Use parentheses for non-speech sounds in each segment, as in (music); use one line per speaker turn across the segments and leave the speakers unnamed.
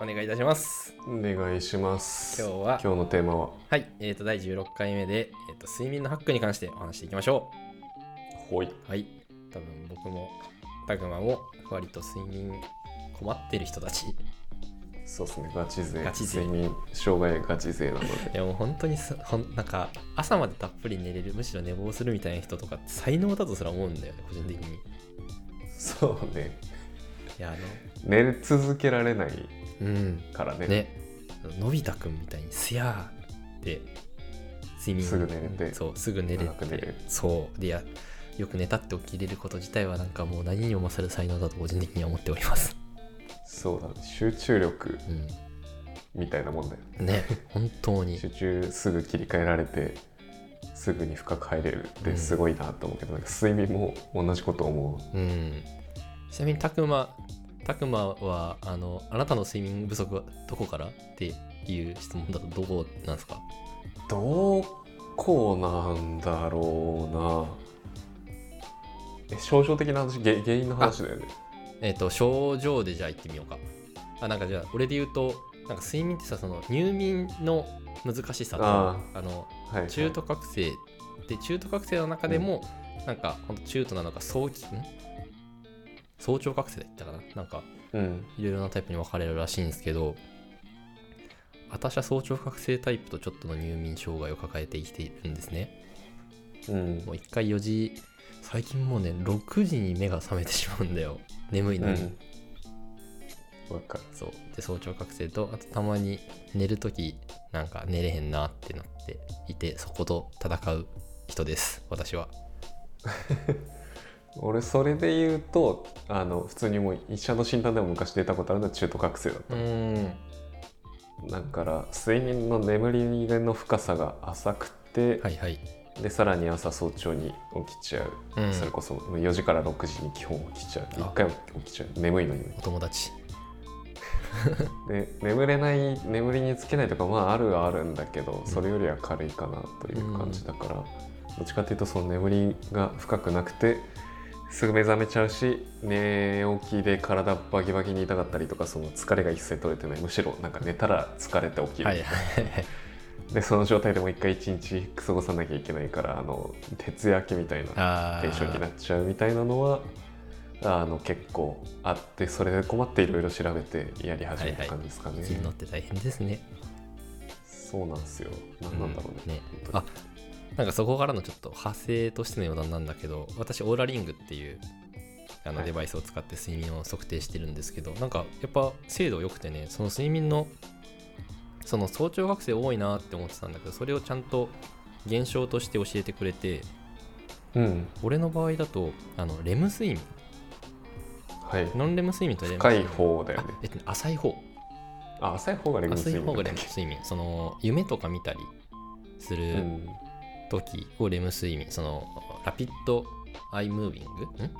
お願いいたします。
お願いします
今日は
今日のテーマは
はい、えー、と第16回目で、えー、と睡眠のハックに関してお話していきましょ。
ほいう
はい、多分僕もたくまも割と睡眠困ってる人たち。い
そうですねガチ勢
ガチ勢
睡眠障害ガチ勢なの
(laughs)
で
やもう本当にすほんなんか朝までたっぷり寝れる、むしろ寝坊するみたいな人とかって才能だとすら思うんだよね、個人的に。い
そうね
や、あの、
寝続けられない
うん、
からね
ね、のび太くんみたいにすやーって睡眠
すぐ寝れて
そうすぐ寝れ
長く
て
寝れる
そうでやよく寝たって起きれること自体はなんかもう何にも勝る才能だと個人的には思っております。
そうだね集中力
う
みたいなもんだよね
ん、ね本当に
集中すぐ切り替えられてすぐに深く入れるっ
うん
てすごいなと思うけど、なんか睡眠も同じこと思う
うんちなみにたくまたくまはあのあなたの睡眠不足はどこからっていう質問だとどこなんですか
どこなんだろうなえ症状的な話げ原因の話だよね
えっ、と症状でじゃあ言ってみようかあなんかじゃあ俺で言うとなんか睡眠ってさその入眠の難しさと
あ
あの
はいはい
中途覚醒で中途覚醒の中でも、なんかほんと中途なのか早期ん早朝覚醒だったかななんか
うん
いろいろなタイプに分かれるらしいんですけど私は早朝覚醒タイプとちょっとの入眠障害を抱えて生きているんですね
うん
もう1回4時最近もうね6時に目が覚めてしまうんだよ眠いのに、
うん、わかる
そうで早朝覚醒とあとたまに寝る時なんか寝れへんなってなっていてそこと戦う人です私は
俺それで言うとあの普通にもう医者の診断でも昔出たことあるのは中途覚醒だっ
うん
ただから睡眠の眠りの深さが浅くて、
はいはい、
でさらに朝早朝に起きちゃう、
うん、
それこそ4時から6時に基本起きちゃう
あ
1回も起きちゃう眠いのにね
お友達
で眠れない眠りにつけないとかまああるはあるんだけどそれよりは軽いかなという感じだから、どっちかっていうとその眠りが深くなくてすぐ目覚めちゃうし寝起きで体バキバキに痛かったりとかその疲れが一切取れてないむしろなんか寝たら疲れて起きる、
はいはいはい
でその状態でもう一回一日過ごさなきゃいけないからあの徹夜明けみたいな
あ
テンションになっちゃうみたいなのはあの結構あってそれで困っていろいろ調べてやり始めた感じですかね。
生きるのって大変ですね
そうなんですよ。なんなんだろうね。
うんね
本
あなんかそこからのちょっと派生としての余談なんだけど私オーラリングっていうあの
はい
デバイスを使って睡眠を測定してるんですけど、なんかやっぱ精度良くてねその睡眠のその早朝学生多いなって思ってたんだけどそれをちゃんと現象として教えてくれて
当にうん。
俺の場合だとあのレム睡眠
はい。
ノンレム睡眠とレム
深
睡
い
眠
方だよね
あ。えっとね浅い方
あ、浅い方がレム
浅い
睡
方
眠だ
がレ
っ
ム
たっけ。
睡眠その夢とか見たりす
う
る
ん。
時をレム睡眠そのラピッドアイムービングん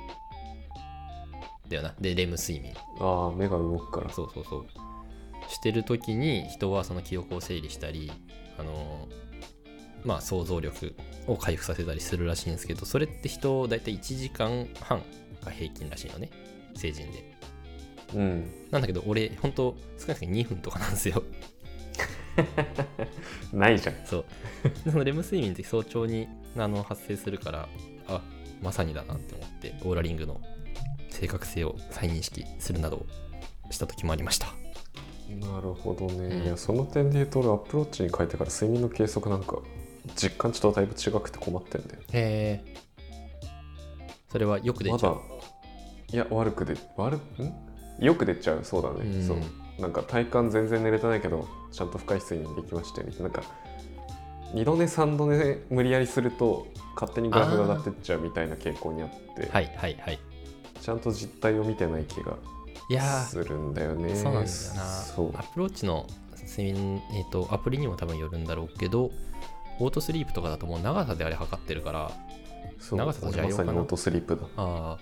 だよなでレム睡眠
ああ、目が動くから。
そうそうそうしてる時に人はその記憶を整理したりあのまあ想像力を回復させたりするらしいんですけどそれって人大体1時間半が平均らしいのね成人で
うん。
なんだけど俺本当少なくとも2分とかなんですよ
ないじゃん。
(laughs) そう。そのレム睡眠って早朝にあの発生するから、あまさにだなって思って、オーラリングの正確性を再認識するなどした時もありました。
なるほどね。
うん
いや、その点で言うと、俺アップローチに変えてから睡眠の計測なんか実感値とだいぶ違くて困ってんだよ。
へえ。それはよく出
ま
ちゃう。
だ、いや、悪くで、悪く、んよく出ちゃう。そうだね。
うん
そう。なんか体感全然寝れてないけど、ちゃんと深い睡眠できましたよみたいな。なんか二度寝三度寝無理やりすると勝手にグラフが上がってっちゃうみたいな傾向にあって
はいはいはい。
ちゃんと実態を見てない気が
いやー、
するんだよね。
そうなんだよな
そう。
アプローチの睡眠、えっとアプリにも多分よるんだろうけど、オートスリープとかだともう長さであれ測ってるから、
そう
長瀬さんじゃあ
まさに
ようかな
オートスリープだ。
ああ、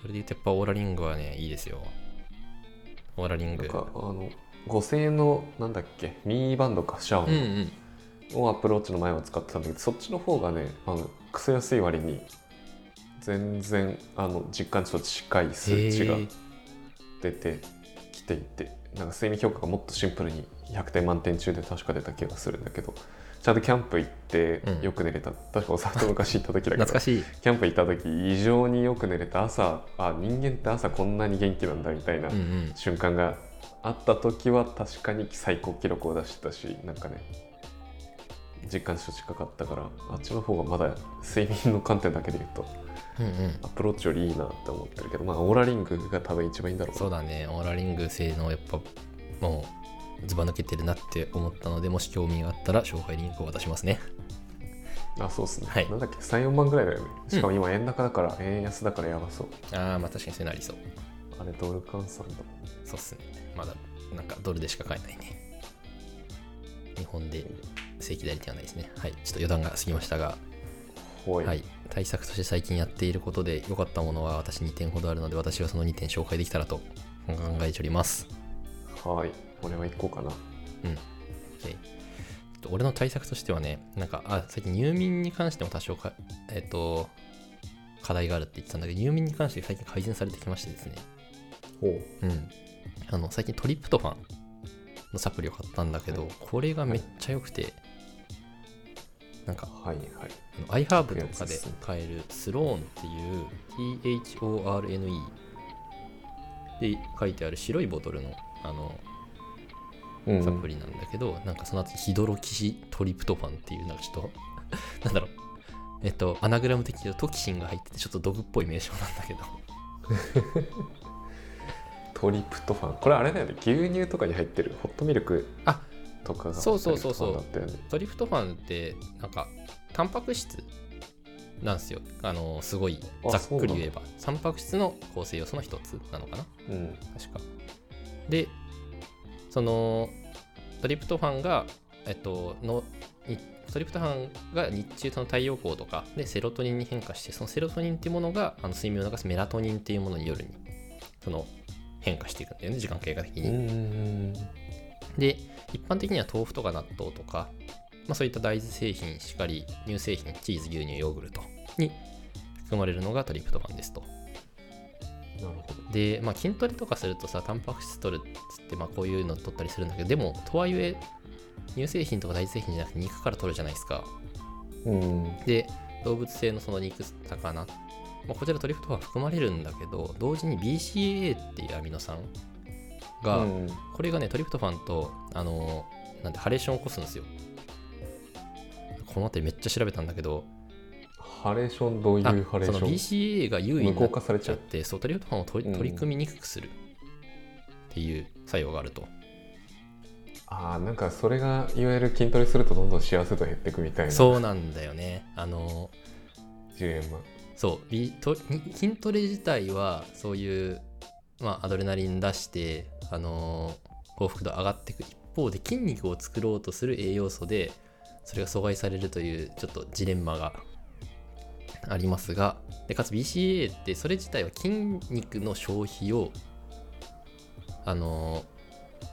それで言うとやっぱオーラリングはね、いいですよ。オーラリン
な
グ。
んかあの5000円のなんだっけミーバンドかシャオ
うんう
ミ
ん。
をアップローチの前は使ってたんだけど、そっちの方がねあのクソ安い割に全然あの実感値と近い数値が
へえ
出てきていて、なんか睡眠評価がもっとシンプルに100点満点中で確か出た気がするんだけどちゃんとキャンプ行って
うん
よく寝れた、確かおさんと昔行った時だけど
懐かしい、
キャンプ行った時異常によく寝れた朝あ人間って朝こんなに元気なんだみたいな
うんうん、
瞬間があった時は確かに最高記録を出してたしなんかね実感と近かったからあっちの方がまだ睡眠の観点だけで言うと
うんうん、
アプローチよりいいなって思ってるけどまあオーラリングが多分一番いいんだろうな
そうだねオーラリング性能やっぱもうずば抜けてるなって思ったのでもし興味があったら紹介リンクを渡しますね
あそうっすね、
はい
なんだっけ34万ぐらいだよねしかも今円高だから、円安だからやばそう
ああまあ確かにそういうのありそう
あれドル換算だ
そうっすねまだなんかドルでしか買えないね日本で正規代理店はないですねはいちょっと余談が過ぎましたが
ほい、
はい、対策として最近やっていることで良かったものは私2点ほどあるので私はその2点紹介できたらと考えております。
はい俺は行こうかな
うん、でちょっと俺の対策としてはねなんかあ最近入眠に関しても多少か、えっと課題があるって言ってたんだけど入眠に関して最近改善されてきましてですね、
ほう
うん、あの最近トリプトファンのサプリを買ったんだけど、
はい
これがめっちゃ良くて、なんか
はいはい
あの iHerb とかで買えるスローンっていう THORNE で書いてある白いボトルのあの
うん
サプリなんだけど、なんかその後ヒドロキシトリプトファンっていうなんかちょっと (laughs) なんだろうえっとアナグラム的にトキシンが入っててちょっと毒っぽい名称なんだけど
トリプトファンこれあれだよね牛乳とかに入ってるホットミルク
あ
とかが
そうそうそうそう
トリプトファンだったよ
ト
ね
リプトファンってなんかタンパク質なんですよあのすごい
あ
ざっくり言えばタンパク質の構成要素の一つなのかな
うん
確か。で、そのトリプトファンが、えっと、のにトリプトファンが日中その太陽光とかでセロトニンに変化して、そのセロトニンっていうものがあの睡眠を促すメラトニンっていうものに夜にその変化していくんだよね、時間経過的
うんう
に。
ん
で、一般的には豆腐とか納豆とか、まあ、そういった大豆製品しかり、乳製品、チーズ、牛乳、ヨーグルトに含まれるのがトリプトファンですと。
なるほど
で、まあ、筋トレとかするとさタンパク質取るっつって、まあ、こういうの取ったりするんだけどでもとはいえ乳製品とか大豆製品じゃなくて肉から取るじゃないですか
うん
で動物性のその肉魚、まあ、こちらトリプトファン含まれるんだけど同時に BCAA っていうアミノ酸が、
うん
これがねトリプトファンとあのなんてハレーションを起こすんですよこの辺りめっちゃ調べたんだけど
ハレーションどうい
あ
うハレー
その
シ
BCAA が優位
無
にな
効
っ
化されち
ち
ゃ
ゃっ
う
てそうトリプトファンを取り
うん
取り組みにくくするっていう作用があると、
ョンああなんかそれがいわゆる筋トレするとどんどん幸せ度減ってくみたいな
そうなんだよねあの
ジレンマ
そうビとに筋トレ自体はそういう、まあ、アドレナリン出してあの幸福度上がっていく一方で筋肉を作ろうとする栄養素でそれが阻害されるというちょっとジレンマがありますがでかつ BCA ってそれ自体は筋肉の消費をあの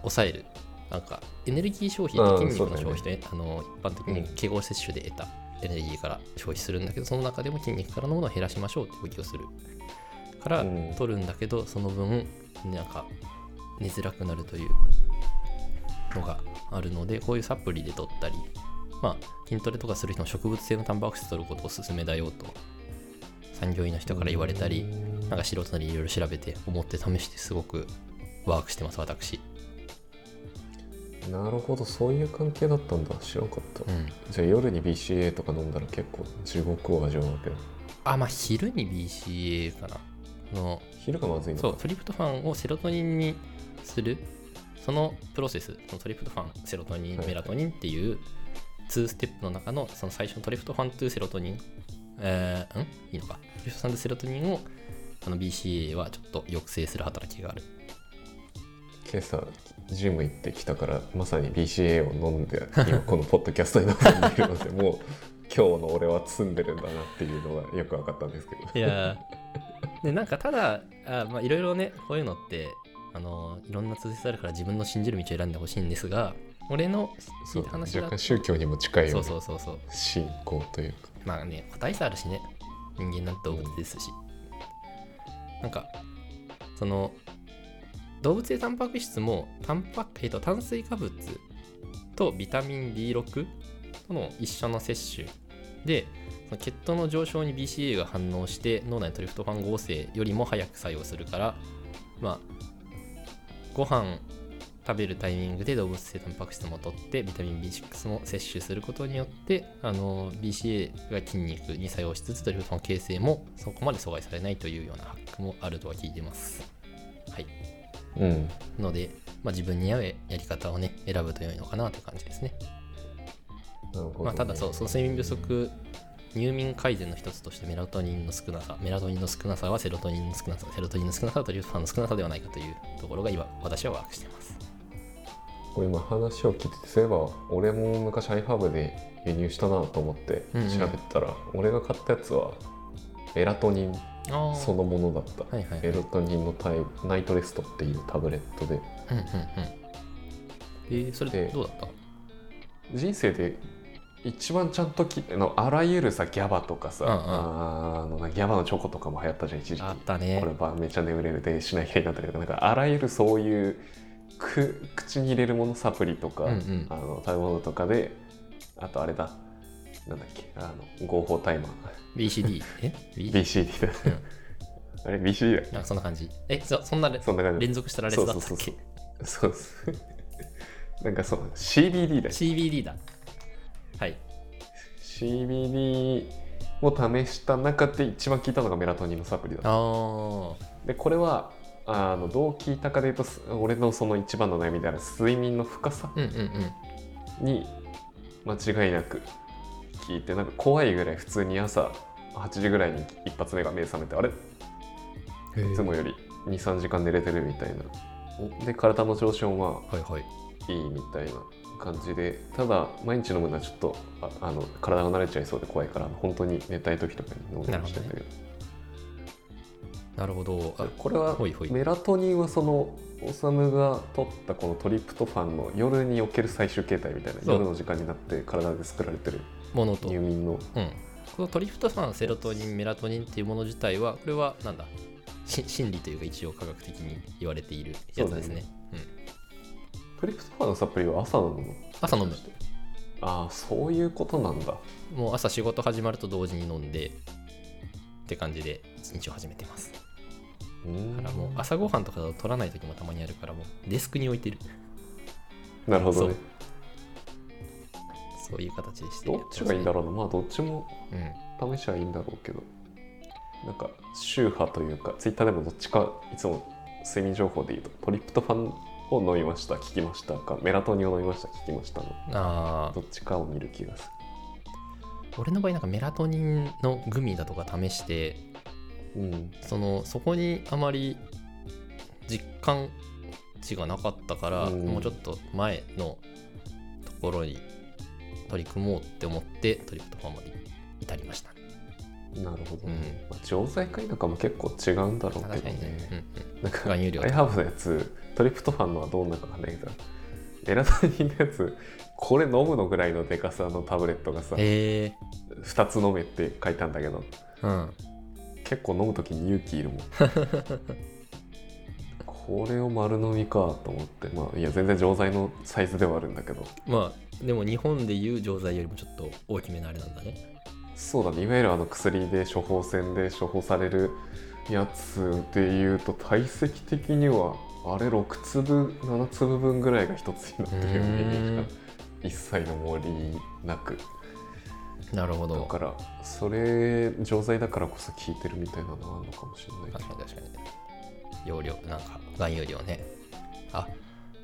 抑えるなんかエネルギー消費って筋肉の消費と、あの一般的に
うん
敬語摂取で得たエネルギーから消費するんだけどその中でも筋肉からのものを減らしましょうって動きをするから
うん
取るんだけど、その分なんか寝づらくなるというのがあるのでこういうサプリで取ったり、まあ、筋トレとかする人も植物性のタンパク質取ることをおすすめだよと産業医の人から言われたりなんか素人なりいろいろ調べて思って試してすごくワークしてます私、
なるほどそういう関係だったんだ知らなかった、
うん、
じゃあ夜に BCA とか飲んだら結構地獄を味わうわけだ
あまあ昼に BCA かなあの
昼がまずいの
そうトリプトファンをセロトニンにするそのプロセスそのトリプトファンセロトニン
はい
メラトニンっていう2ステップの中のその最初のトリプトファン2セロトニンえー、んいいのかトリプトファン2セロトニンをあの BCA はちょっと抑制する働きがある
今朝ジム行ってきたからまさに BCA を飲んで今このポッドキャストに臨んでいるのでもう今日の俺は詰んでるんだなっていうのがよく分かったんですけど
い (laughs) やーでなんかただあまあいろいろねこういうのってあのいろんな通説あるから自分の信じる道を選んでほしいんですが俺の聞
そ
いうた話だ
若干宗教にも近いよ
そうう
な
そうそうそう
信仰というか
まあね個体差あるしね人間なんて動物ですしなんかその動物性タンパク質もタンパク、えーと炭水化物とビタミン B6 との一緒の摂取でその血糖の上昇に BCA が反応して脳内のトリプトファン合成よりも早く作用するからまあご飯食べるタイミングで動物性タンパク質も取ってビタミン B6 も摂取することによってあの BCA が筋肉に作用しつつトリプトファン形成もそこまで阻害されないというようなハックもあるとは聞いてます。はい、
うん
ので、まあ、自分に合うやり方をね選ぶと良いのかなという感じですね。
なるほどね
まあ、ただそう、その睡眠不足、入眠改善の一つとしてメラトニンの少なさ、メラトニンの少なさはセロトニンの少なさ、セロトニンの少なさはトリプトファンの少なさではないかというところが今、私はワークしています。
これ今話を聞いててそういえば俺も昔 iHub で輸入したなと思って
うんうん
調べたら、俺が買ったやつはメラトニン
あ
そのものだった、
はいはい、
メ
うんうん
ラトニンのタイナイトレストっていうタブレットで
うん。えーそれ
で
どうだった
人生で一番ちゃんときあのあらゆるさギャバとかさ、
うんうん
あのなギャバのチョコとかも流行ったじゃん一時期
あった
これ
ね。
ばめちゃ眠れるでしなきゃいけなかったけどなんかあらゆるそういうく口に入れるものサプリとか、
うんうん
あの食べ物とかであとあれだなんだっけあの合法タイマー (laughs)
BCD。え ?BCD?
BCD だ、あれ BCD だ
なんかそんな感じ。え、そそんなれ
そんな感じ
連続した羅列だったっけ
そうそうそうそうそう (laughs) なんかそう CBD だ
?CBD だ。はい。
CBD を試した中で一番効いたのがメラトニンのサプリだった
あー。
でこれはあのどう効いたかでいうとす俺のその一番の悩みである睡眠の深さ
うんうんうん。
に間違いなく聞いてなんか怖いぐらい普通に朝8時ぐらいに一発目が目覚めてあれいつもより23時間寝れてるみたいなで体の調子も
は
ま
いはい。
あいいみたいな感じでただ毎日飲むのはちょっとああの体が慣れちゃいそうで怖いから本当に寝たい時とかに飲んでましたけど
ななるほど。あ
これは
ほいほい
メラトニンはそのオサムが取ったこのトリプトファンの夜における最終形態みたいな
そう
夜の時間になって体で作られてる
ものと
入眠の
うん、このトリプトファンセロトニンメラトニンっていうもの自体はこれはなんだし心理というか一応科学的に言われているやつですねうん、
トリプトファンのサプリは朝飲むの
朝飲む
ああそういうことなんだ
もう朝仕事始まると同時に飲んでって感じで一日を始めてます
うーん
だからもう朝ごはんとかだと取らない時もたまにあるからもうデスクに置いてる
なるほどね
そういう形でして
どっちがいいんだ
ろ
ろうなまあどっちも
う、うん、
試しはいいんだろうけどなんか宗派というかツイッターでもどっちかいつも睡眠情報で言うとトリプトファンを飲みました聞きましたかメラトニンを飲みました聞きましたの
あー
どっちかを見る気がす
俺の場合なんかメラトニンのグミだとか試して
るうん
そのそこにあまり実感値がなかったから、
うん
もうちょっと前のところに取り組もうって思ってトリプトファンまで至りました
なるほど、
うん
ねまあ、錠剤か否かも結構違うんだろうけ
確
ど
かにね、うん
ね
うん
なんか
含有量とか
iHub のやつトリプトファンのはどうなのかねエラトニンのやつこれ飲むのぐらいのデカさのタブレットがさ
へえ
2つ飲めって書いたんだけど
うん
結構飲む時に勇気
(laughs)
いるもんこれを丸飲みかと思ってまあいや全然錠剤のサイズではあるんだけど
まあでも日本でいう錠剤よりもちょっと大きめのあれなんだね
そうだねいわゆるあの薬で処方箋で処方されるやつでいうと体積的にはあれ6粒7粒分ぐらいが1つになってるよ
う
ね
ーん
イメージが一切の盛りなく
なるほ
だ
ど
からそれ錠剤だからこそ効いてるみたいなのはあるのかもしれない
確かに確かに容量なんか含有量ねあ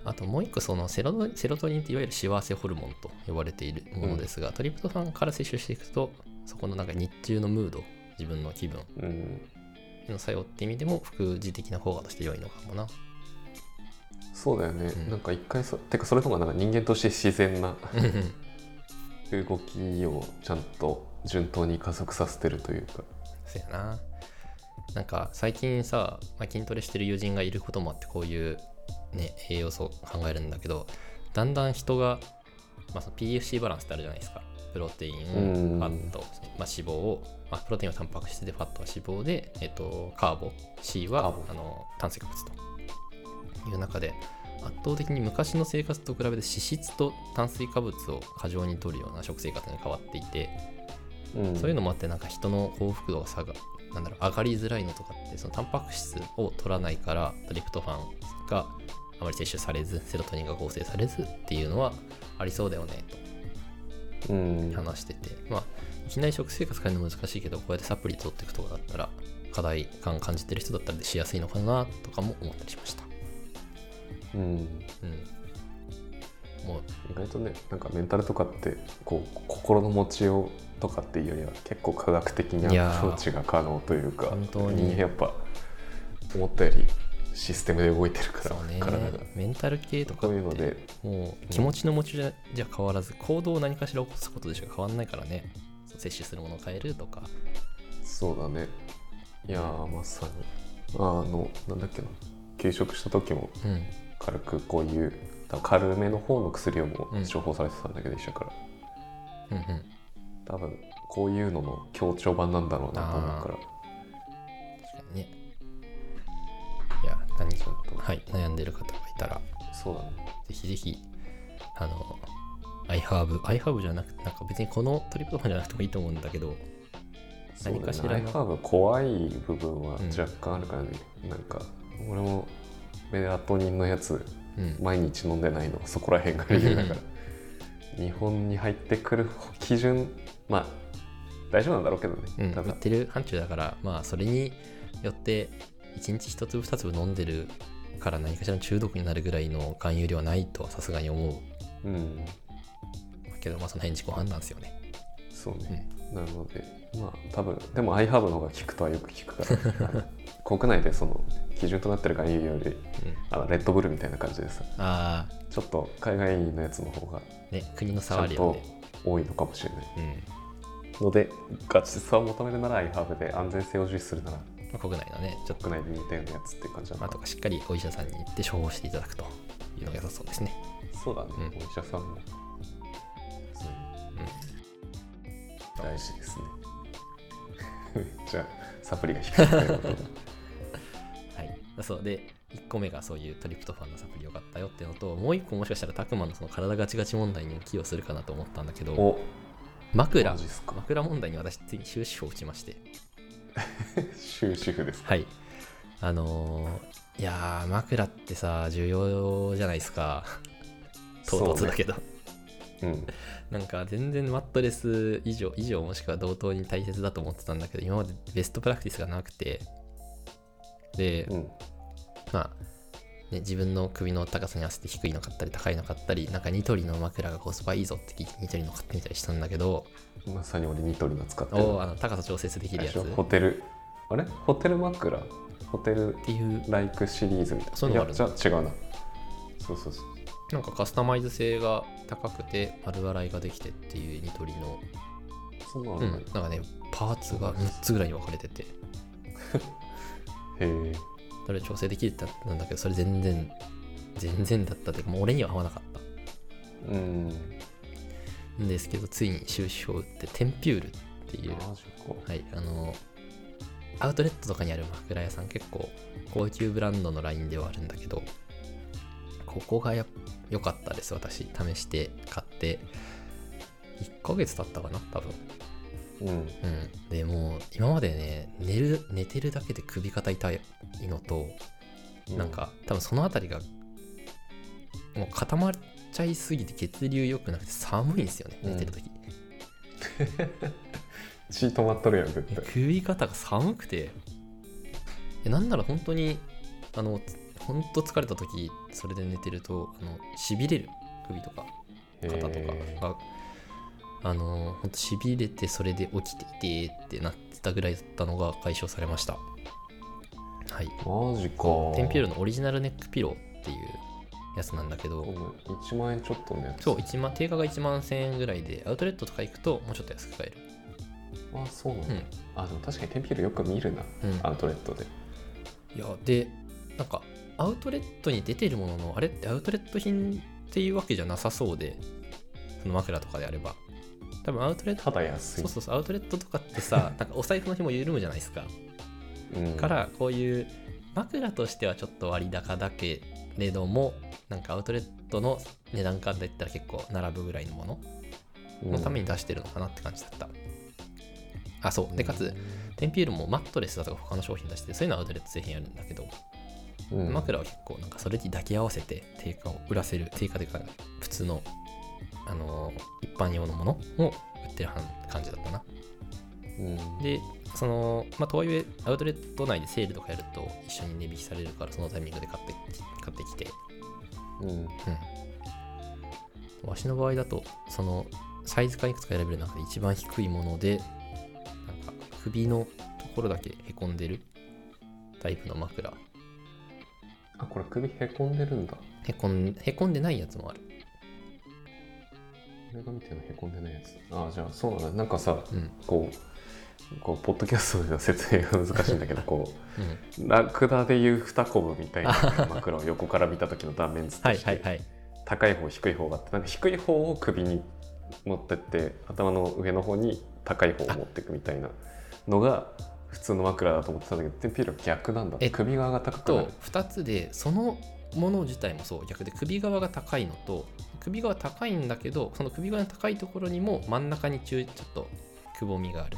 あともう一個そのセロトセロトニンっていわゆる幸せホルモンと呼ばれているものですが、トリプトファンから摂取していくとそこのなんか日中のムード自分の気分
うん
の作用って意味でも副次的な効果として良いのかも (laughs) な
そうだよね、
うん
なんか一回そてかそれの方がなんか人間として自然な
うん
動きをちゃんと順当に加速させてるというか
そうやななんか最近さ、まあ、筋トレしてる友人がいることもあってこういう、ね、栄養素を考えるんだけどだんだん人が、まあ、その PFC バランスってあるじゃないですかプロテイ
う
ン
ん
ファット、まあ、脂肪を、まあ、プロテインはタンパク質でファットは脂肪で、えっと、カーボ C は
カーボ
あの炭水化物という中で圧倒的に昔の生活と比べて脂質と炭水化物を過剰に取るような食生活に変わっていて、
うん
そういうのもあってなんか人の幸福度が下がなんだろう上がりづらいのとかってそのタンパク質を取らないからトリプトファンがあまり摂取されずセロトニンが合成されずっていうのはありそうだよねと
うん
話してて、まあいきなり食生活変えるの難しいけどこうやってサプリ取っていくとかだったら課題感感じてる人だったらしやすいのかなとかも思ったりしました。
うん
うん、もう
意外とねなんかメンタルとかってこう心の持ちようとかっていうよりは結構科学的にア
いやー
プローチが可能というか
本当に
人間やっぱ思ったよりシステムで動いてるから
そうね
体が。
メンタル系とか
こ
っ
ういうの
て
で
もう気持ちの持ちようじゃ変わらず行動を何かしら起こすことでしか変わらないからねそう摂取するものを変えるとか
そうだねいやーまさにあのなんだっけな休職した時も
うん
軽くこういう軽めの方の薬をもう
うん
処方されてたんだけど医者から、
うんうん
多分こういうのの強調版なんだろうなと思うから
確かにねいや何
ち
か
ょっと、
はい悩んでる方がいたら
そうだね
ぜひぜひあの iHerb iHerb じゃなくてなんか別にこのトリプトファンじゃなくてもいいと思うんだけど
そう
何
だ
かし
ね
ら
ライ
の
フハーブ怖い部分は
うん
若干あるからね、なんか俺もメラトニンのやつ
うん
毎日飲んでないのはそこら辺が理由だから日本に入ってくる基準まあ大丈夫なんだろうけどね、
うん、
た
売っ
だ
てる範疇だからまあそれによって1日1粒2粒飲んでるから何かしらの中毒になるぐらいの含有量はないとはさすがに思う
うん
けどまあその辺自己判断ですよね。
そうね、なのでまあ多分でも iHerb の方が効くとはよく聞く
(laughs)
からあの国内でその基準となってる含有より
うん、
あのレッドブルみたいな感じでさ
あ
ちょっと海外のやつの方が
あね国の
ち
差は
ゃ
あ
ん
るよ
と
ね。
多いのかもしれない
うん
のでガチさを求めるなら iHerb で安全性を重視するなら
まあ、国内のねちょっと、
国内で似たようなやつっていう感じだ
まあ、
な
とかしっかりお医者さんに行って処方していただくというのが良さそうですね。
そうだね、
うん
お医者さんもそういうの大事ですね
(laughs)
じゃあサプリが低いということで
はい、そうで1個目がそういうトリプトファンのサプリ良かったよっていうのともう1個もしかしたらタクマのその体ガチガチ問題にも寄与するかなと思ったんだけど
お
枕
マジっすか
枕問題に私ついに終止符を打ちまして
終止符ですか
はいあのーいやー枕ってさ重要じゃないですか唐突だけど、
そうね
なんか全然マットレス以上以上もしくは同等に大切だと思ってたんだけど今までベストプラクティスがなくてで
うんうん
まあ、ね、自分の首の高さに合わせて低いの買ったり高いの買ったりなんかニトリの枕がコスパいいぞって聞いてニトリの買ってみたりしたんだけど
まさに俺ニトリの使って
お
る
ーあの高さ調節でき
あ
る
れ
や
で
つ
しょ
っ
ホテルあれホテル枕ホテル
ていう
ライクシリーズみたいな
そういうのもある
いやじゃあ違うなそうそうそう
なんかカスタマイズ性が高くて丸洗いができてっていうニトリの、
そんなのあ
う
る
ん
んだ、
なんかねパーツが6つぐらいに分かれてて
へえ
それ調整できるってなったんだけどそれ全然全然だったっていうかもう俺には合わなかった
うん
んですけどついに終止符を打ってテンピュールっていう
マジか
はい、あの、アウトレットとかにある枕屋さん、結構高級ブランドのラインではあるんだけど、ここがや良かったです、私。試して買って、1ヶ月経ったかな、多分。
うん
うん。でもう、今までね、寝る、寝てるだけで首肩痛いのと、なんか、多分そのあたりが、もう固まっちゃいすぎて血流良くなくて寒いんですよね、寝てる時、
血止まっとるやん絶
え
対
首肩が寒くてえなんなら本当にあのつ本当疲れた時それで寝てるとあの痺れる首とか肩とか
へ
があの本当痺れてそれで起きていてってなってたぐらいだったのが解消されましたはい
えマジか
テンピュールのオリジナルネックピローっていうやつなんだけど
1万円ちょっとのやつ
そう1万定価が1万1000円ぐらいでアウトレットとか行くともうちょっと安く買え
あそうなんだ、
る
あでも確かにテンピュールよく見るな
うん、うん、
アウトレットで
いやでなんかアウトレットに出てるもののあれってアウトレット品っていうわけじゃなさそうでその枕とかであれば多分アウトレット
ただ安い
そうそうそうアウトレットとかって
(laughs)
さなんかお財布の紐緩むじゃないですか
うん
からこういう枕としてはちょっと割高だけれどもなんかアウトレットの値段感で言ったら結構並ぶぐらいのもののために出してるのかなって感じだった、あそうでかつテンピュールもマットレスだとか他の商品出しててそういうのはアウトレット製品あるんだけど、
うん、うん
枕は結構なんかそれに抱き合わせて定価を売らせる定価というか普通の、あのー一般用のものを売ってるはん感じだったな
うん
でそのまあとはいえアウトレット内でセールとかやると一緒に値引きされるからそのタイミングで買ってき買ってきて
うん
うんわしの場合だとそのサイズ感いくつか選べる中で一番低いものでなんか首のところだけへこんでるタイプの枕
あこれ首へこんでるんだ
へこんへこんでないやつもある
俺が見てるのへこんでないやつあじゃあそうなんだなんかさ
うん
こうこうポッドキャストでの説明が難しいんだけどこ
うん
うラクダでいう2コブみたいな枕を横から見た時の断面図と
はい
して
はいはい
高い方低い方があってなんか低い方を首に持ってって頭の上の方に高い方を持っていくみたいなのが普通の枕だと思ってたんだけどテンピールは逆なんだ
えっと
首側が高くな
と
る
2つでそのもの自体もそう逆で首側が高いのと首側高いんだけどその首側の高いところにも真ん中にちょちょっとくぼみがある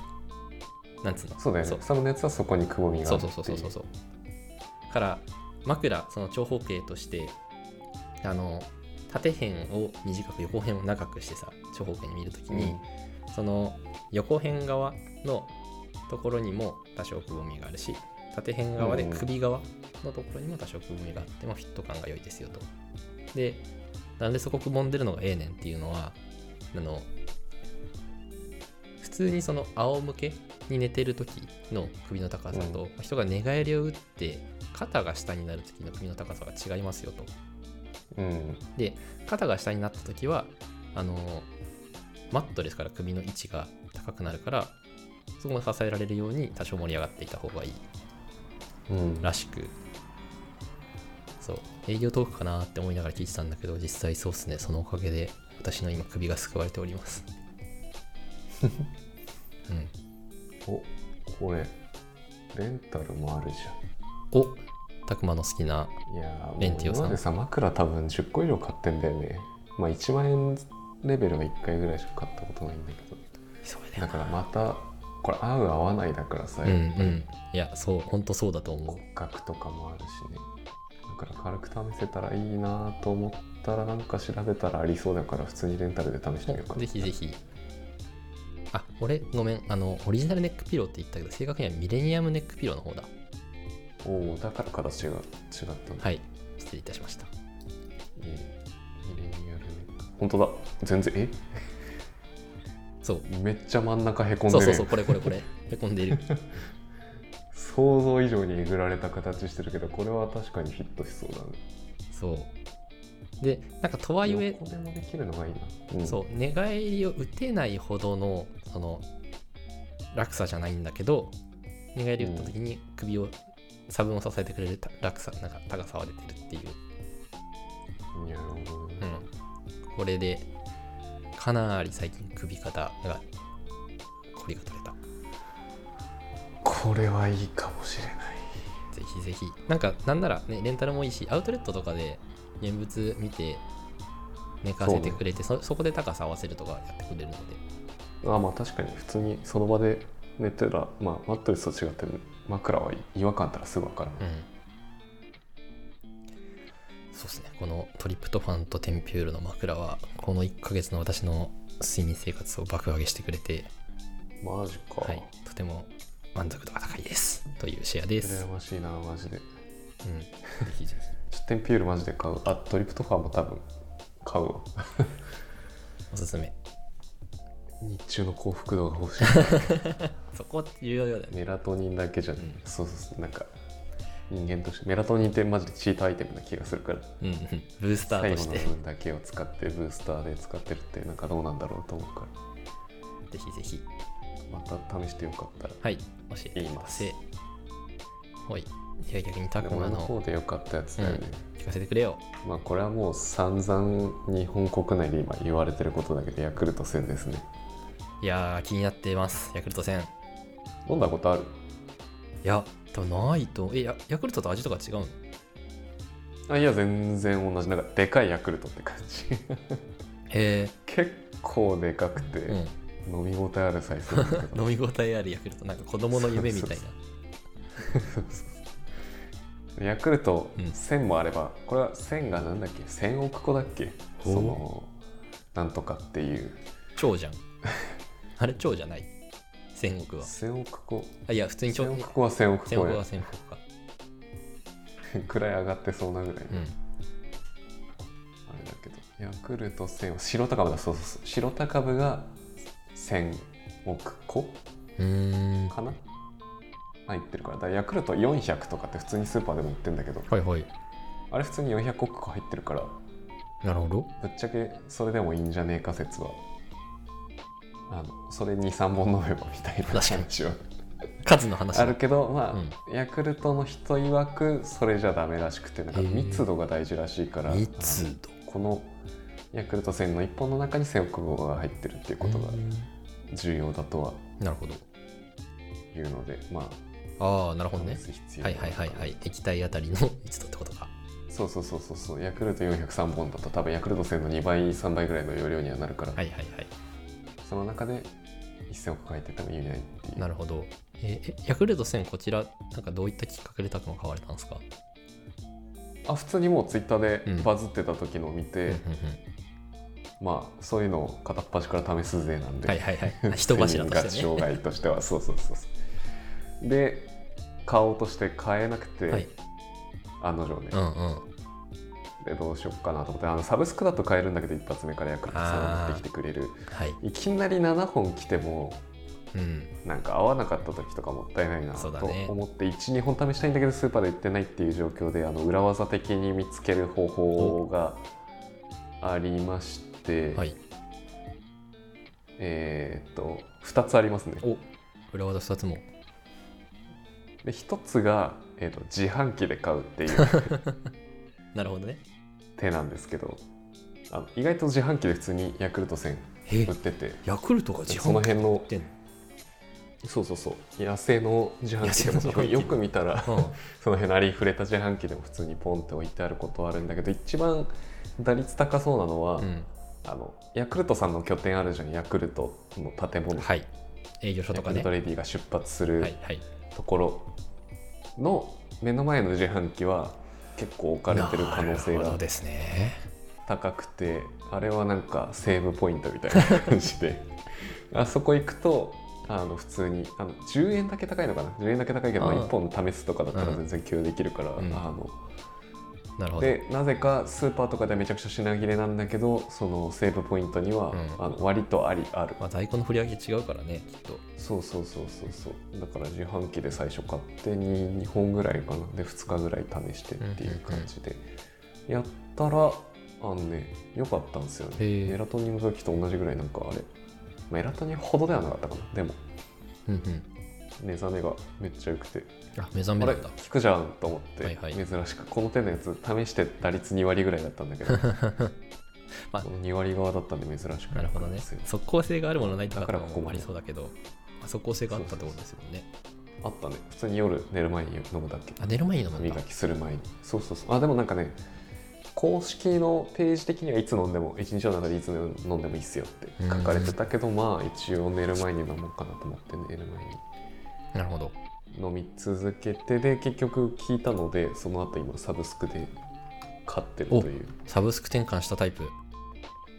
なんつうの
そうだよ
そ
ね
う
その熱はそこにくぼみがあ
そ
る
う
って
そ
いう
そうそうそうそうから枕その長方形としてあの縦辺を短く横辺を長くしてさ長方形に見るときに、その横辺側のところにも多少くぼみがあるし縦辺側で
うん
首側のところにも多少くぼみがあってもフィット感が良いですよと。でなんでそこくぼんでるのがええねんっていうのはあの普通にその仰向けに寝てる時の首の高さと、人が寝返りを打って肩が下になる時の首の高さが違いますよと。
うん、
で肩が下になった時はあのーマットレスから首の位置が高くなるからそこが支えられるように多少盛り上がっていた方がいい
うんうん
らしくそう営業トークかなって思いながら聞いてたんだけど実際そうっすねそのおかげで私の今首が救われております (laughs) うん
おこれレンタルもあるじ
おたくまの好きな
ゃんいやー
レンティオさん
もう今までさ枕多分10個以上買ってんだよねまあ1万円レベルは1回ぐらいしか買ったことないんだけど
急いで
だからまたこれ合う合わないだからさ、
うんうんいやそうほんとそうだと思う
骨格とかもあるしねだから軽く試せたらいいなと思ったらなんか調べたらありそうだから普通にレンタルで試してみようかな
ぜひぜひ。あ、俺、ごめん。あの、オリジナルネックピローって言ったけど、正確にはミレニアムネックピローの方だ。
おおだから形が違ったんだ、
はい。失礼いたしました。
いいミレニアルね本当だ全然え
そう。
めっちゃ真ん中へこん
そ
で
う
る
そうそう、これこれこれ。へこんでいる。
想像以上にえぐられた形してるけどこれは確かにフィットしそうだね
そう。で、なんかとはいえ
横、でもできるのがいいな、うん、
そう、寝返りを打てないほどの、その、落差じゃないんだけど、寝返り打った時に首を、差分を支えてくれるた落差、なんか高さは出てるっていう。
いやー
うん、これでかなり最近首肩が凝りが取れた
これはいいかもしれない
ぜひぜひなんかなんならねレンタルもいいしアウトレットとかで現物見て寝かせてくれてそ,、そこで高さ合わせるとかやってくれるので
あまあ確かに普通にその場で寝てたら、まあ、マットレスと違って枕は違和感あったらすぐ分かる、
うんそうですねこのトリプトファンとテンピュールの枕はこの1ヶ月の私の睡眠生活を爆上げしてくれて、
マジか、
はい、とても満足度が高いですというシェアです
羨、ましいなマジでちょ
うん、ぜひぜひ
っとテンピュールマジで買うあトリプトファンも多分買うわ
おすすめ
日中の幸福度
(laughs)
が欲しい
そこ重要だよね
メラトニンだけじゃない、
うん
そうそうそうなんか人間としてメラトニンってマジでチートアイテムな気がするから
うんうんブースターと
最後
し
の
て
部
ぜ
分だけを使ってブースターで使ってるってなんかどうなんだろうと思うか
ひぜひ
らまた試してよかったら
はい教えてくださいはいじゃあ逆にたくま
俺の
の
方でよかったやつだよね、
うん聞かせてくれよ
まあこれはもう散々日本国内で今言われてることだけどヤクルト1000ですね
いやー気になってますヤクルト1000い
飲んだことある
や多分ないとえやヤクルトと味とか違うの
あいや全然同じなんかでかいヤクルトって感じ (laughs)
へ
結構でかくて、
え、うん、
飲み応えあるサイズなんだけど
飲み応えあるヤクルトなんか子供の夢みたいな
そう (laughs) ヤクルト
うん
1000もあれば、これは1000がなんだっけ1000億個だっけ
お
そのなんとかっていう
蝶じ (laughs) ゃんあれ蝶じゃない戦国は
1000億個
あいや普通に蝶
1000億個は1000億
戦
個
国は
や
戦国か
(laughs) くらい上がってそうなぐらい、
う
あ
ん
れだけどヤクルト1000億白高部だそうそうそう白高部が1000億個
うーんは
かな入ってるからだからヤクルト400とかって普通にスーパーでも売ってるんだけど
いはい
あれ普通に400億個入ってるから
なるほど
ぶっちゃけそれでもいいんじゃねえか説はあのそれ23本飲めばみたいな
確かに
話は
数の話だ
あるけどまあ、
う
ヤクルトの人曰くそれじゃダメらしくてなんか
へえ
密度が大事らしいから、
密度
あのこのヤクルト1000の1本の中に1000億合が入ってるっていうことが
うん
重要だとは
なるほど
言うのでま
ああなる
あ
ほどね
試す必要
は
が
い
あるか
はい
ら
はいはい液体あたりの密度ってことか
そうそうそうそうそうヤクルト403本だと多分ヤクルト1000の2倍3倍ぐらいの容量にはなるから、
はいはいはい
その中で1000億入ってても意味ないっていう
なるほどええヤクルト1000こちらなんかどういったきっかけでたくま買われたんですか
あ普通にもうツイッター
う
で
ん
バズってた時のを
う
見
んうん
て、
うん
まあそういうのを片っ端から試す勢なんで、
はいはいはい人柱と
(laughs)
してね
障害としてはそうそうそうそうで買おうとして買えなくて、
はい
案の定ね
う、んうん
でどうしようかなと思ってあのサブスクだと買えるんだけど一発目からヤクルトさんが持ってきてくれる
はい
いきなり7本来ても
うん
なんか合わなかった時とかもったいないな
そ
と
うだね
思って12本試したいんだけどスーパーで売ってないっていう状況であの裏技的に見つける方法がありまして、
はい
えーっと2つありますね
お裏技2つも
で1つが、えーっと自販機で買うっていう
(laughs) なるほどね
手なんですけどあの意外と自販機で普通にヤクルト1000
へえ
売ってて
ヤクルトが自
その
販機
辺の
ってん
そうそうそう野生の自販機でも
野生の自販機
多分よく見たら (laughs)
の
その辺のありふれた自販機でも普通にポンって置いてあることはあるんだけど一番打率高そうなのは、
うんうん
あのヤクルトさんの拠点あるじゃんヤクルトの建物、
はい営業所と
ヤ
か
ク
ね
ルト
は
レディが出発す
い
る
はい
ところの目の前の自販機は結構置かれてる可能性
なるほど
が
ですね
高くてあれはなんかセーブポイントみたいな感じ
(laughs)
であそこ行くとあの普通にあの10円だけ高いのかな10円だけ高いけどまあ
ああ
1本試すとかだったら
うん
全然共有できるから、
うん
あの
なるほど
でなぜかスーパーとかでめちゃくちゃ品切れなんだけどそのセーブポイントには、
うん
あの割とありある
まあ在庫の振り上げ違うからねきっと
そうそうそうそうそうだから自販機で最初買って 2, 2本ぐらいかなで2日ぐらい試してっていう感じで、やったらあのね良かったんですよね
へえ
メラトニンの時と同じぐらいなんかあれメラトニンほどではなかったかなでも
うんうん
目覚めがめっちゃ良くて
あ目覚
あ
め
れ
るんだ
聞くじゃんと思って、
はいはい
珍しくこの手のやつ試して打率2割ぐらいだったんだけど、
(laughs) まあ
この2割側だったんで珍しく
なるほどね
ですよ
即効性があるものないとか
だからここ
も
ま
あ
で
りそうだけどまあ即効性があったってことですよね
あったね普通に夜寝る前に飲むだけ
あ寝る前に飲む
歯
ん
磨
だ
きする前にそうそうそうあでもなんかね公式のページ的にはいつ飲んでも一日の中でいつ飲んでもいいっすよって書かれてたけどまあ一応寝る前に飲もうかなと思って寝る前に
なるほど
飲み続けてで結局聞いたのでその後今サブスクで買ってるという
サブスク転換したタイプ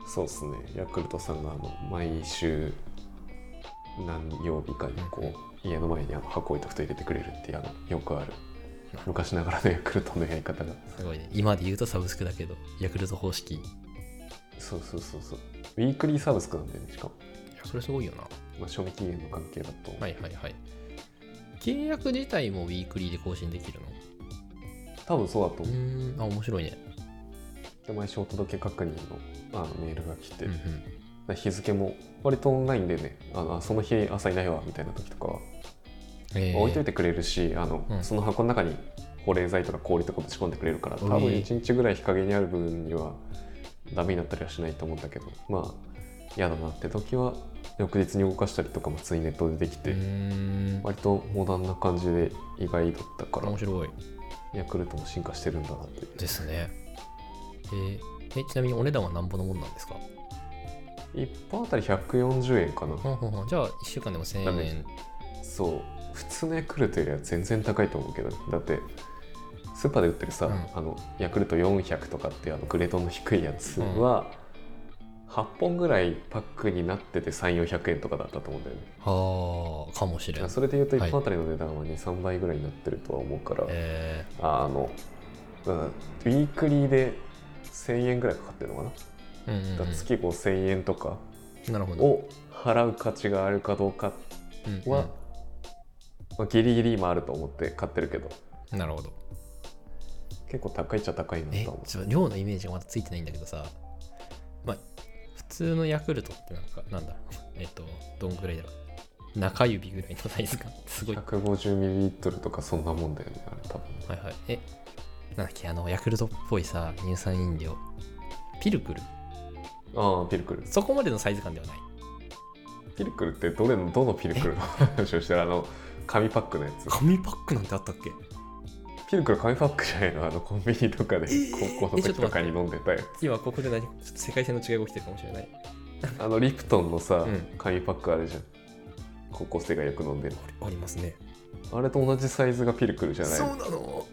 そうですねヤクルトさんがあの毎週何曜日かにこう家の前にあの箱置いとくと入れてくれるっていうあのよくある昔ながらのヤクルトのやり方が
すごいね今で言うとサブスクだけどヤクルト方式い
そうそうそうそうウィークリーサブスクなんだよねしかも、
やそれすごいよな
まあ、賞味期限の関係だと、
はいはいはい契約自体もウィークリーで更新できるの
多分そうだと
う
思う
ーんあ面白いね
で毎週お届け確認のあのメールが来て、
うんう
だか
ん
ら日付も割とオンラインでねあのあその日朝いないわみたいな時とかは、
えー
置いといてくれるしあの、
うん
その箱の中に保冷剤とか氷とかぶち込んでくれるから多分
うい
1日ぐらい日陰にある分にはダメになったりはしないと思うんだけどまあ嫌だなって時は翌日に動かしたりとかも普通にネットでできて、
うーん
割とモダンな感じで意外だったから
面白い
ヤクルトも進化してるんだなっていう
ですねでえちなみにお値段はなんぼのもんなんですか
一本あたり140円かな、
ほんほんほんじゃあ1週間でも
ダ
1000
メ
円
そう普通のヤクルトよりは全然高いと思うけどだってスーパーで売ってるさ、
うん
あのヤクルト400とかってあのグレードの低いやつは、8本ぐらいパックになってて3400円とかだったと思うんだよね、
はあかもしれん
それでいうと
はい
1本あたりの値段は23倍ぐらいになってるとは思うから、
え
あの、うん、ウィークリーで1000円ぐらいかかってるのかな、
ーうんうん
だから月5000円とか
うん、なるほど、
を払う価値があるかどうか
うんうん
は、まあ、ギリギリ今あると思って買ってるけど
なるほど
結構高いっちゃ高いな
え
とは思
ちょっと量のイメージがまだついてないんだけどさまあ普通のヤクルトってなんかなんだえっとどんぐらいだろう中指ぐらいのサイズ (laughs) 感すご
う
いは
150ミリリットルとかそんなもんだよねあれ多分
いはいえなんだっけあのヤクルトっぽいさ乳酸飲料ピルクル
ああピルクル
そこまでのサイズ感ではない
ピルクルってどれのどのピルクルの話をしてるあの紙パックのやつ
紙パックなんてあったっけ
ピルクル紙パックじゃないのあのコンビニとかで
ー
高校の時とかに飲んでたよ
今ここで何ちょっと世界線の違いが起きてるかもしれない
あのリプトンのさ
うん
紙パックあれじゃん高校生がよく飲んでる
ありますね
あれと同じサイズがピルクルじゃない
そうなの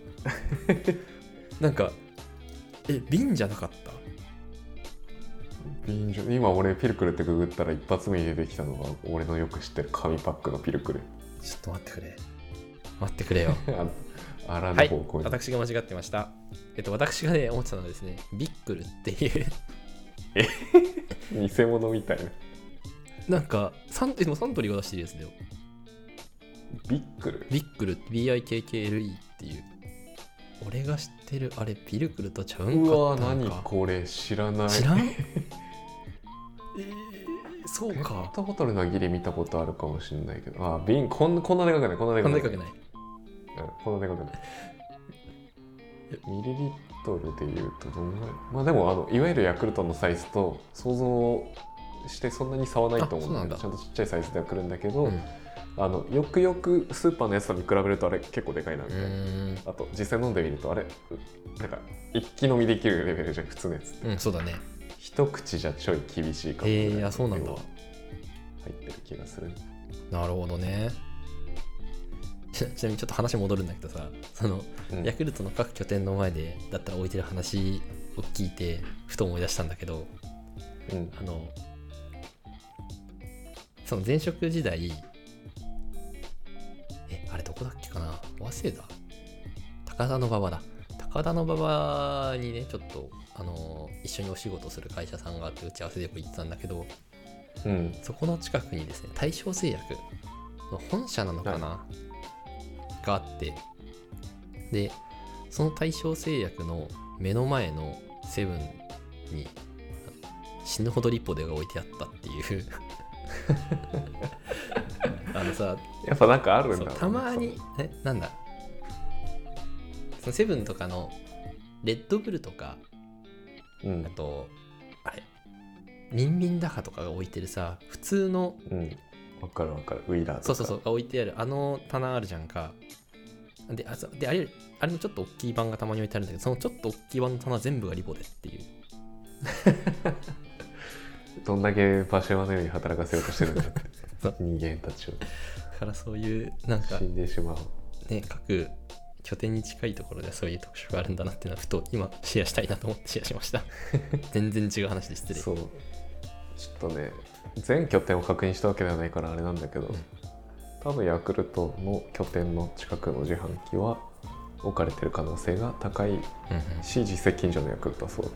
(laughs) なんかえ瓶じゃなかった
便乗今俺ピルクルってググったら一発目に出てきたのが俺のよく知ってる紙パックのピルクル (laughs)
ちょっと待ってくれ待ってくれよ
あのあら
は
ぬ
い
方向、に、
私が間違ってました。えっと、私がね、思ってたのはですね、ビックルっていう、 (laughs)
偽物みたいな
なんか、サンえでもサントリーが出してるやつだよ。
ビックル
ビックル、BIKKLE っていう。俺が知ってる、あれ、ビルクルとちゃうん
う
か
わ
った
何
のか。
これ知らない
知らんえー、そう
ペ
か
ッ。トボトルのギリ見たことあるかもしれないけどあ瓶こんこんなでかくないこんなで
考
かくな
え
い
かけない。
うんこんなでかくないミリリットルでいうとどんぐらいまあでもあのいわゆるヤクルトのサイズと想像してそんなに差はないと思うんだけど
あ
ち
そ
ゃんとちっちゃいサイズでは来るんだけど、
うんう
あのよくよくスーパーのやつと見比べるとあれ結構でかいなみたいな、
ーん
あと実際飲んでみるとあれうなんか一気飲みできるレベルじゃん普通のやつって
うん、そうだね。
一口じゃちょい厳しいかも
へーあそうなんだ
入ってる気がする
なるほどね。ちちなみにちょっと話戻るんだけどさ、その、
うん
ヤクルトの各拠点の前でだったら置いてる話を聞いてふと思い出したんだけど
うん
あのその前職時代えあれどこだっけかな早稲田高田の馬場だ高田の馬場にねちょっとあの一緒にお仕事する会社さんがあって打ち合わせでよく行ってたんだけど
うん
そこの近くにですね大正製薬の本社なのかな、があってでその大正製薬の目の前のセブンにあの死ぬほどリポデが置いてあったっていう
(laughs)
あのさ
やっぱなんかあるん
そ
だ
う
ろうね
たまにえなんだそのセブンとかのレッドブルとか
その
あとあれミンミンダハとかが置いてるさ普通の
うんうんわかるわかるウィーラー
そ
とか
うそうそうが置いてあるあの棚あるじゃんかであそうであれあれのちょっと大きい版がたまに置いてあるんだけどそのちょっと大きい版の棚全部がリボでっていう
どんだけ馬車馬のように働かせようとしてるんだって
(laughs) そう
人間たちを
だからそういうなんか
死んでしまう
ね各拠点に近いところでそういう特色があるんだなっていうのはふと今シェアしたいなと思ってシェアしま
(laughs)
した全然違う話で失礼
そうちょっとね全拠点を確認したわけではないからあれなんだけど、
ん
多分ヤクルトの拠点の近くの自販機は置かれてる可能性が高い
うんうん
し実際近所のヤクルトはそうだっ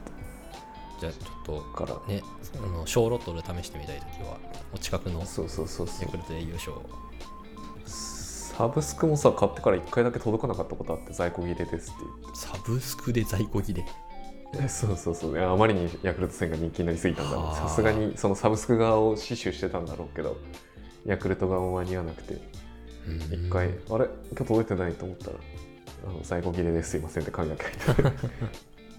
じゃあちょった
から、
とねあの小ロットで試してみたい時はお近くの
そうそうそうそ
ヤ
う
クルトで優勝
サブスクもさ買ってから1回だけ届かなかったことあって在庫切れですっていう
サブスクで在庫切れ (laughs)
えそうそうそうねあまりにヤクルト戦が人気になりすぎたんだろ
は
う
あ
さすがにそのサブスク側を死守してたんだろうけどヤクルト側も間に合わなくて一
一
回、あれ今日届いてないと思ったらあの在庫切れですいませんって紙が書いてある
(laughs)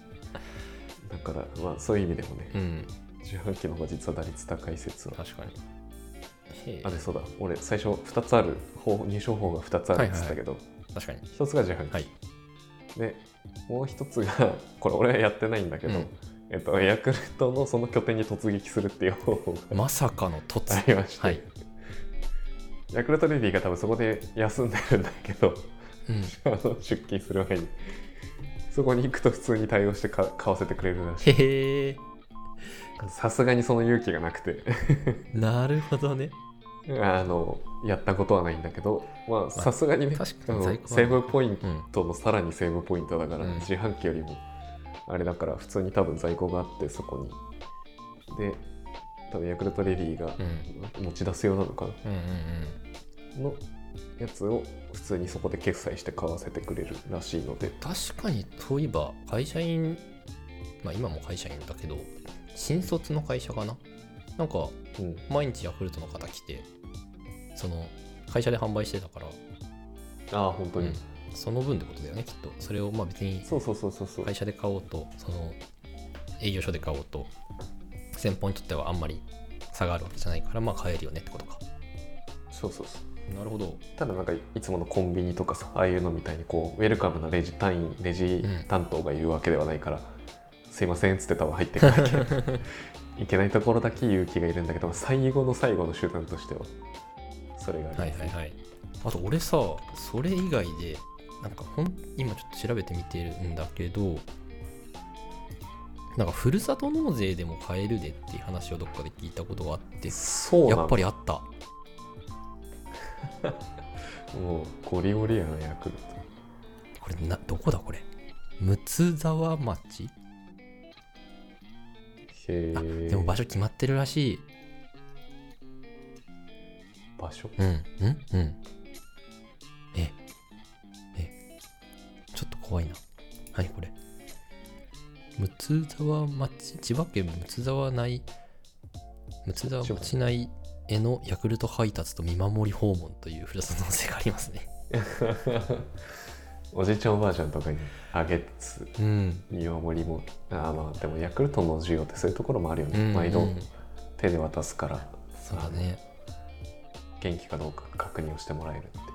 だからまあそういう意味でもね
うん
自販機の方が実は打率高い説は
確かにへえ
あでそうだ俺最初2つある方入賞方法が2つあるって言ってたけど、
確かに
1つが自販機、
はい
でもう一つが (laughs) これ俺はやってないんだけど、
うん
えっと、ヤクルトのその拠点に突撃するっていう方法が
まさかの突
ありまして、
はい、
ヤクルトレディが多分そこで休んでるんだけど
うん、
あの出勤する前にそこに行くと普通に対応してか買わせてくれるらしい
へえ
さすがにその勇気がなくて (laughs)
なるほどね
あのやったことはないんだけどまあさすがにね
確かに
あの
在庫は
セーブポイン
うん
トのさらにセーブポイントだから、
うん
自販機よりもあれだから普通に多分在庫があってそこにで多分ヤクルトレディが
うん
持ち出す用なのかな、
うんうん
のやつを普通にそこで決済して買わせてくれるらしいので
うん確かにそういえば会社員まあ今も会社員だけど新卒の会社かななんか
うん
毎日ヤクルトの方来てその会社で販売してたから、
ああ本当に、
うんその分ってことだよねきっとそれをまあ別に
そうそうそうそうそう、
会社で買おうとその営業所で買おうと先方にとってはあんまり差があるわけじゃないからまあ買えるよねってことか
そうそうそう
なるほど
ただなんかいつものコンビニとかさああいうのみたいにこうウェルカムなレジ単位レジ担当がいるわけではないから、すいませんっつって多分入っていかなきゃ (laughs) いけないところだけ勇気がいるんだけど最後の最後の手段としてはそれがあり
はい
ます
はいはいあと俺さそれ以外でなんかほん今ちょっと調べてみてるんだけどなんかふるさと納税でも買えるでっていう話をどっかで聞いたことがあって
そうな
やっぱ
り
りあった
もうゴリゴリやなヤクル
これなどこだこれ睦沢町
トへ
あ
え
でも場所決まってるらしい
場所
うんうんうんええちょっと怖いな何これ睦沢町千葉県睦沢内睦沢町内へのヤクルト配達と見守り訪問というふるさと納税がありますね
おじいちゃんおばあちゃんとかにあげつつ
うん
見守りもああまあでもヤクルトの需要ってそういうところもあるよね、
うん
毎度
うん
手で渡すから
そうだね
元気かどうか確認をしてもらえるっていう
な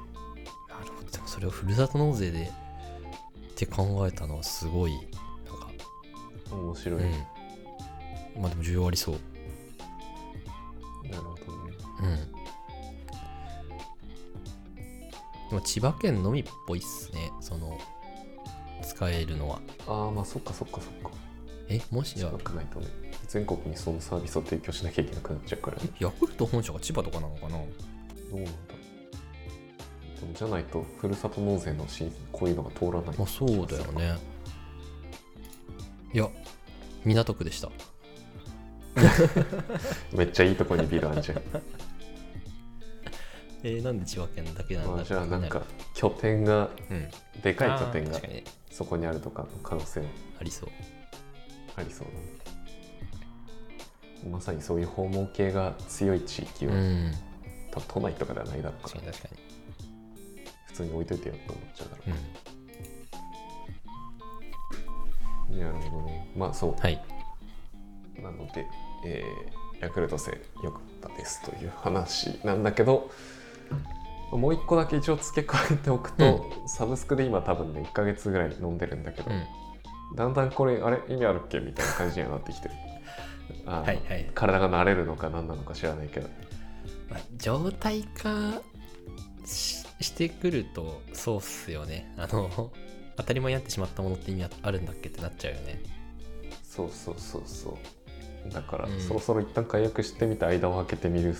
るほどでもそれをふるさと納税でって考えたのはすごいなんか
面白
う
い、
んまあでも需要ありそう
なるほどね
うん。でも千葉県のみっぽいっすね、その、使えるのは。
ああまあそっかそっかそっか
え、もしや
近、くないとね全国にそのサービスを提供しなきゃいけなくなっちゃうからね
ヤクルト本社が千葉とかなのかな
どうなんだろうでもじゃないとふるさと納税の申こういうのが通らない
まあそうだよね。いや、港区でした。
めっちゃいいとこにビルあん
(laughs)
じゃん
えーなんで千葉県だけなんだろ
ま
う
あじゃあなんか、拠点が
うん。
でかい拠点
あー
が
確かに
そこにあるとかの可能性は
ありそう。
ありそうだねまさにそういう訪問系が強い地域
う
は、
ん。
多分都内とかではないだろうか
確
ら
かに確か
普通に置いといてよと思っちゃうだろ
に。うん。
う、なるほどねまあそう、
はい。
なので、えーヤクルト戦良かったですという話なんだけどもう一個だけ一応付け加えておくと、サブスクで今多分ね1ヶ月ぐらい飲んでるんだけど、
うん。
だんだんこれあれ意味あるっけみたいな感じにはなって
(laughs)
きてるあの
はいはい
体が慣れるのか何なのか知らないけど
まあ、状態化ししてくるとそうっすよねあの (laughs) 当たり前になってしまったものって意味あるんだっけってなっちゃうよね
そうそうそうそうだから、
うん
そろそろ一旦解約してみて間を空けてみ
う
る
ん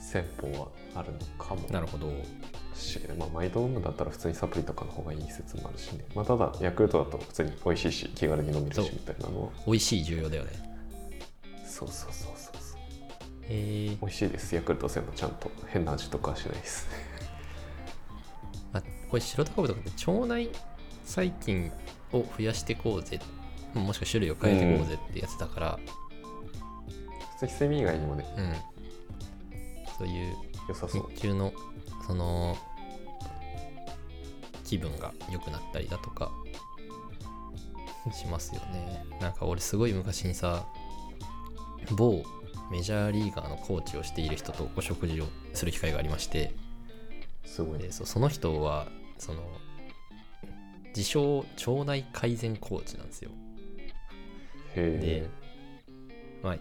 戦法はあるのかも
なるほど
し、まあ、毎度飲むんだったら普通にサプリとかの方がいい説もあるしね、まあ、ただヤクルトだと普通に美味しいし気軽に飲める
そう
しみたいなのは
美味しい重要だよね
そうそうそうそうそう
えー
美味しいですヤクルト戦もちゃんと変な味とかはしないです (laughs)
まあ、これ白タカブとかって腸内細菌を増やしてこうぜもしくは種類を変えてこうぜってやつだから
普通に睡眠以外にもね
うん、そういう
良さそう
日中のその気分が良くなったりだとかしますよねなんか俺すごい昔にさ某メジャーリーガーのコーチをしている人とお食事をする機会がありまして
すごい
でそうその人はその自称腸内改善コーチなんですよ
へ
まあ、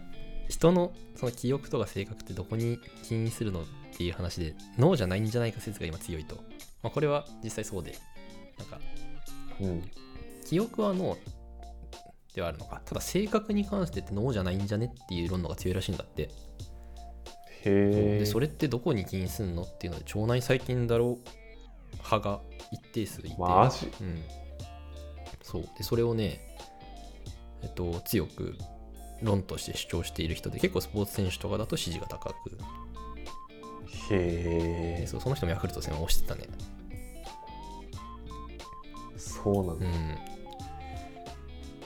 人のその記憶とか性格ってどこに起因するのっていう話で脳じゃないんじゃないか説が今強いと、まあ、これは実際そうでなんか
え、うん、
記憶は脳ではあるのかただ性格に関してって脳じゃないんじゃねっていう論のが強いらしいんだって
へえ
でそれってどこに起因するのっていうので腸内細菌だろう派が一定数いて、
マジ
うん、そうでそれをね、えっと、強く論として主張している人で結構スポーツ選手とかだと支持が高く
へ
で
え
そうその人もヤクルト戦を推してたね
そうなん
う
だ、
ん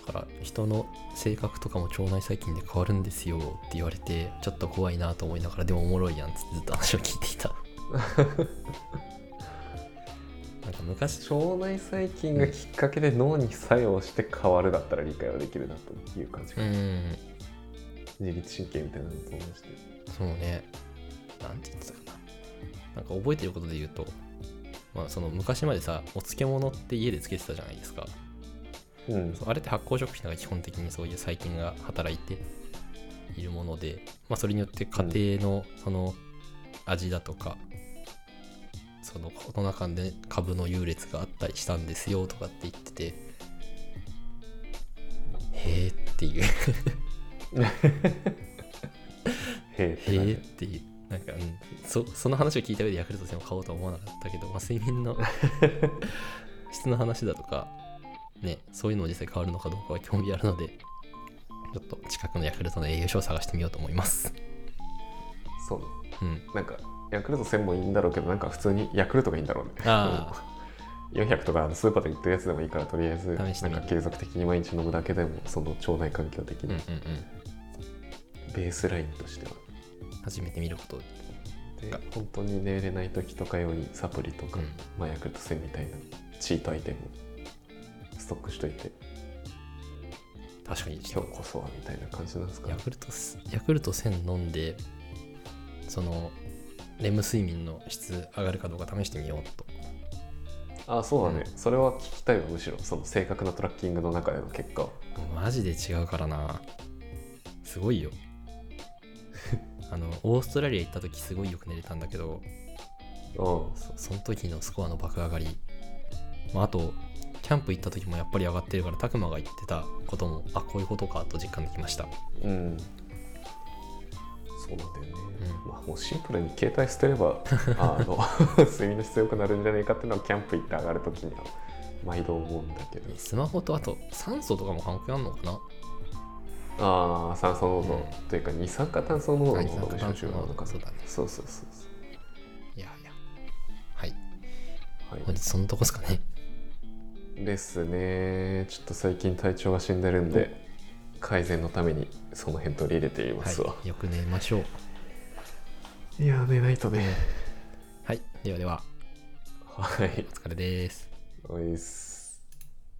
だから人の性格とかも腸内細菌で変わるんですよって言われてちょっと怖いなと思いながらでもおもろいやんっつってずっと話を聞いていたなんか昔
腸内細菌がきっかけで脳に作用して変わるだったら理解はできるなという感じ
う
が、
ん
自律神経みたいなのと同じで
そうね。なんて言ってたかな。なんか覚えてることで言うと、まあ、その昔までさ、お漬物って家で漬けてたじゃないですか。
うん
そうあれって発酵食品が基本的にそういう細菌が働いているもので、まあ、それによって家庭のその味だとか、そのこの中で株の優劣があったりしたんですよとかって言ってて、へーっていう。へ
へえ
えっていうなんか、うん、そその話を聞いた上でヤクルト戦を買おうとは思わなかったけど、まあ、睡眠の (laughs) 質の話だとか、ね、そういうのも実際変わるのかどうかは興味あるのでちょっと近くのヤクルトの栄養士を探してみようと思います。
そう
うん、
なんかヤクルト1000もいいんだろうけどなんか普通にヤクルトがいいんだろうね
あ
うん400とかあのスーパーで売ってるやつでもいいからとりあえず
試して
な
みる
んか継続的に毎日飲むだけでもその腸内環境的
うんうん
に
う
ベースラインとしては、
ん始めてみること、
で本当に寝れない時とか用にサプリとか、
うん
まあ、ヤクルト1000みたいなチートアイテムをストックしといて
確かにちょ
今
っ
日こそはみたいな感じなんです
と
か
ヤ
ね
クルトスヤクルト1000飲んでそのレム睡眠の質上がるかどうか試してみようと
あそうだね、それは聞きたいわむしろその正確なトラッキングの中での結果を
マジで違うからなすごいよ (laughs) あのオーストラリア行った時すごいよく寝れたんだけど
う
そその時のスコアの爆上がり、まあ、あとキャンプ行った時もやっぱり上がってるから拓磨が言ってたこともあこういうことかと実感できました
んうんそうなんだよね、まあ、もうシンプルに携帯捨てれ (laughs) ばあの睡眠の質良くなるんじゃないかっていうのはキャンプ行って上がる時には毎度思うんだけど
スマホとあと酸素とかも関係あんのかな
ああ酸素濃
うん
度というか二酸化炭素濃度の
二酸
方
化
が
炭
集
素
中
濃
な
度
のか
そうだね
そうそうそうそ、
いやいやはいう
は
本日そんなとこですかね
い、ですねちょっと最近体調が死んでるんで改善のためにその辺取り入れていますわ、
はいよく寝ましょう
い、やー寝ないとね
はいではでは
(laughs) は
お
い
疲れです
おいっす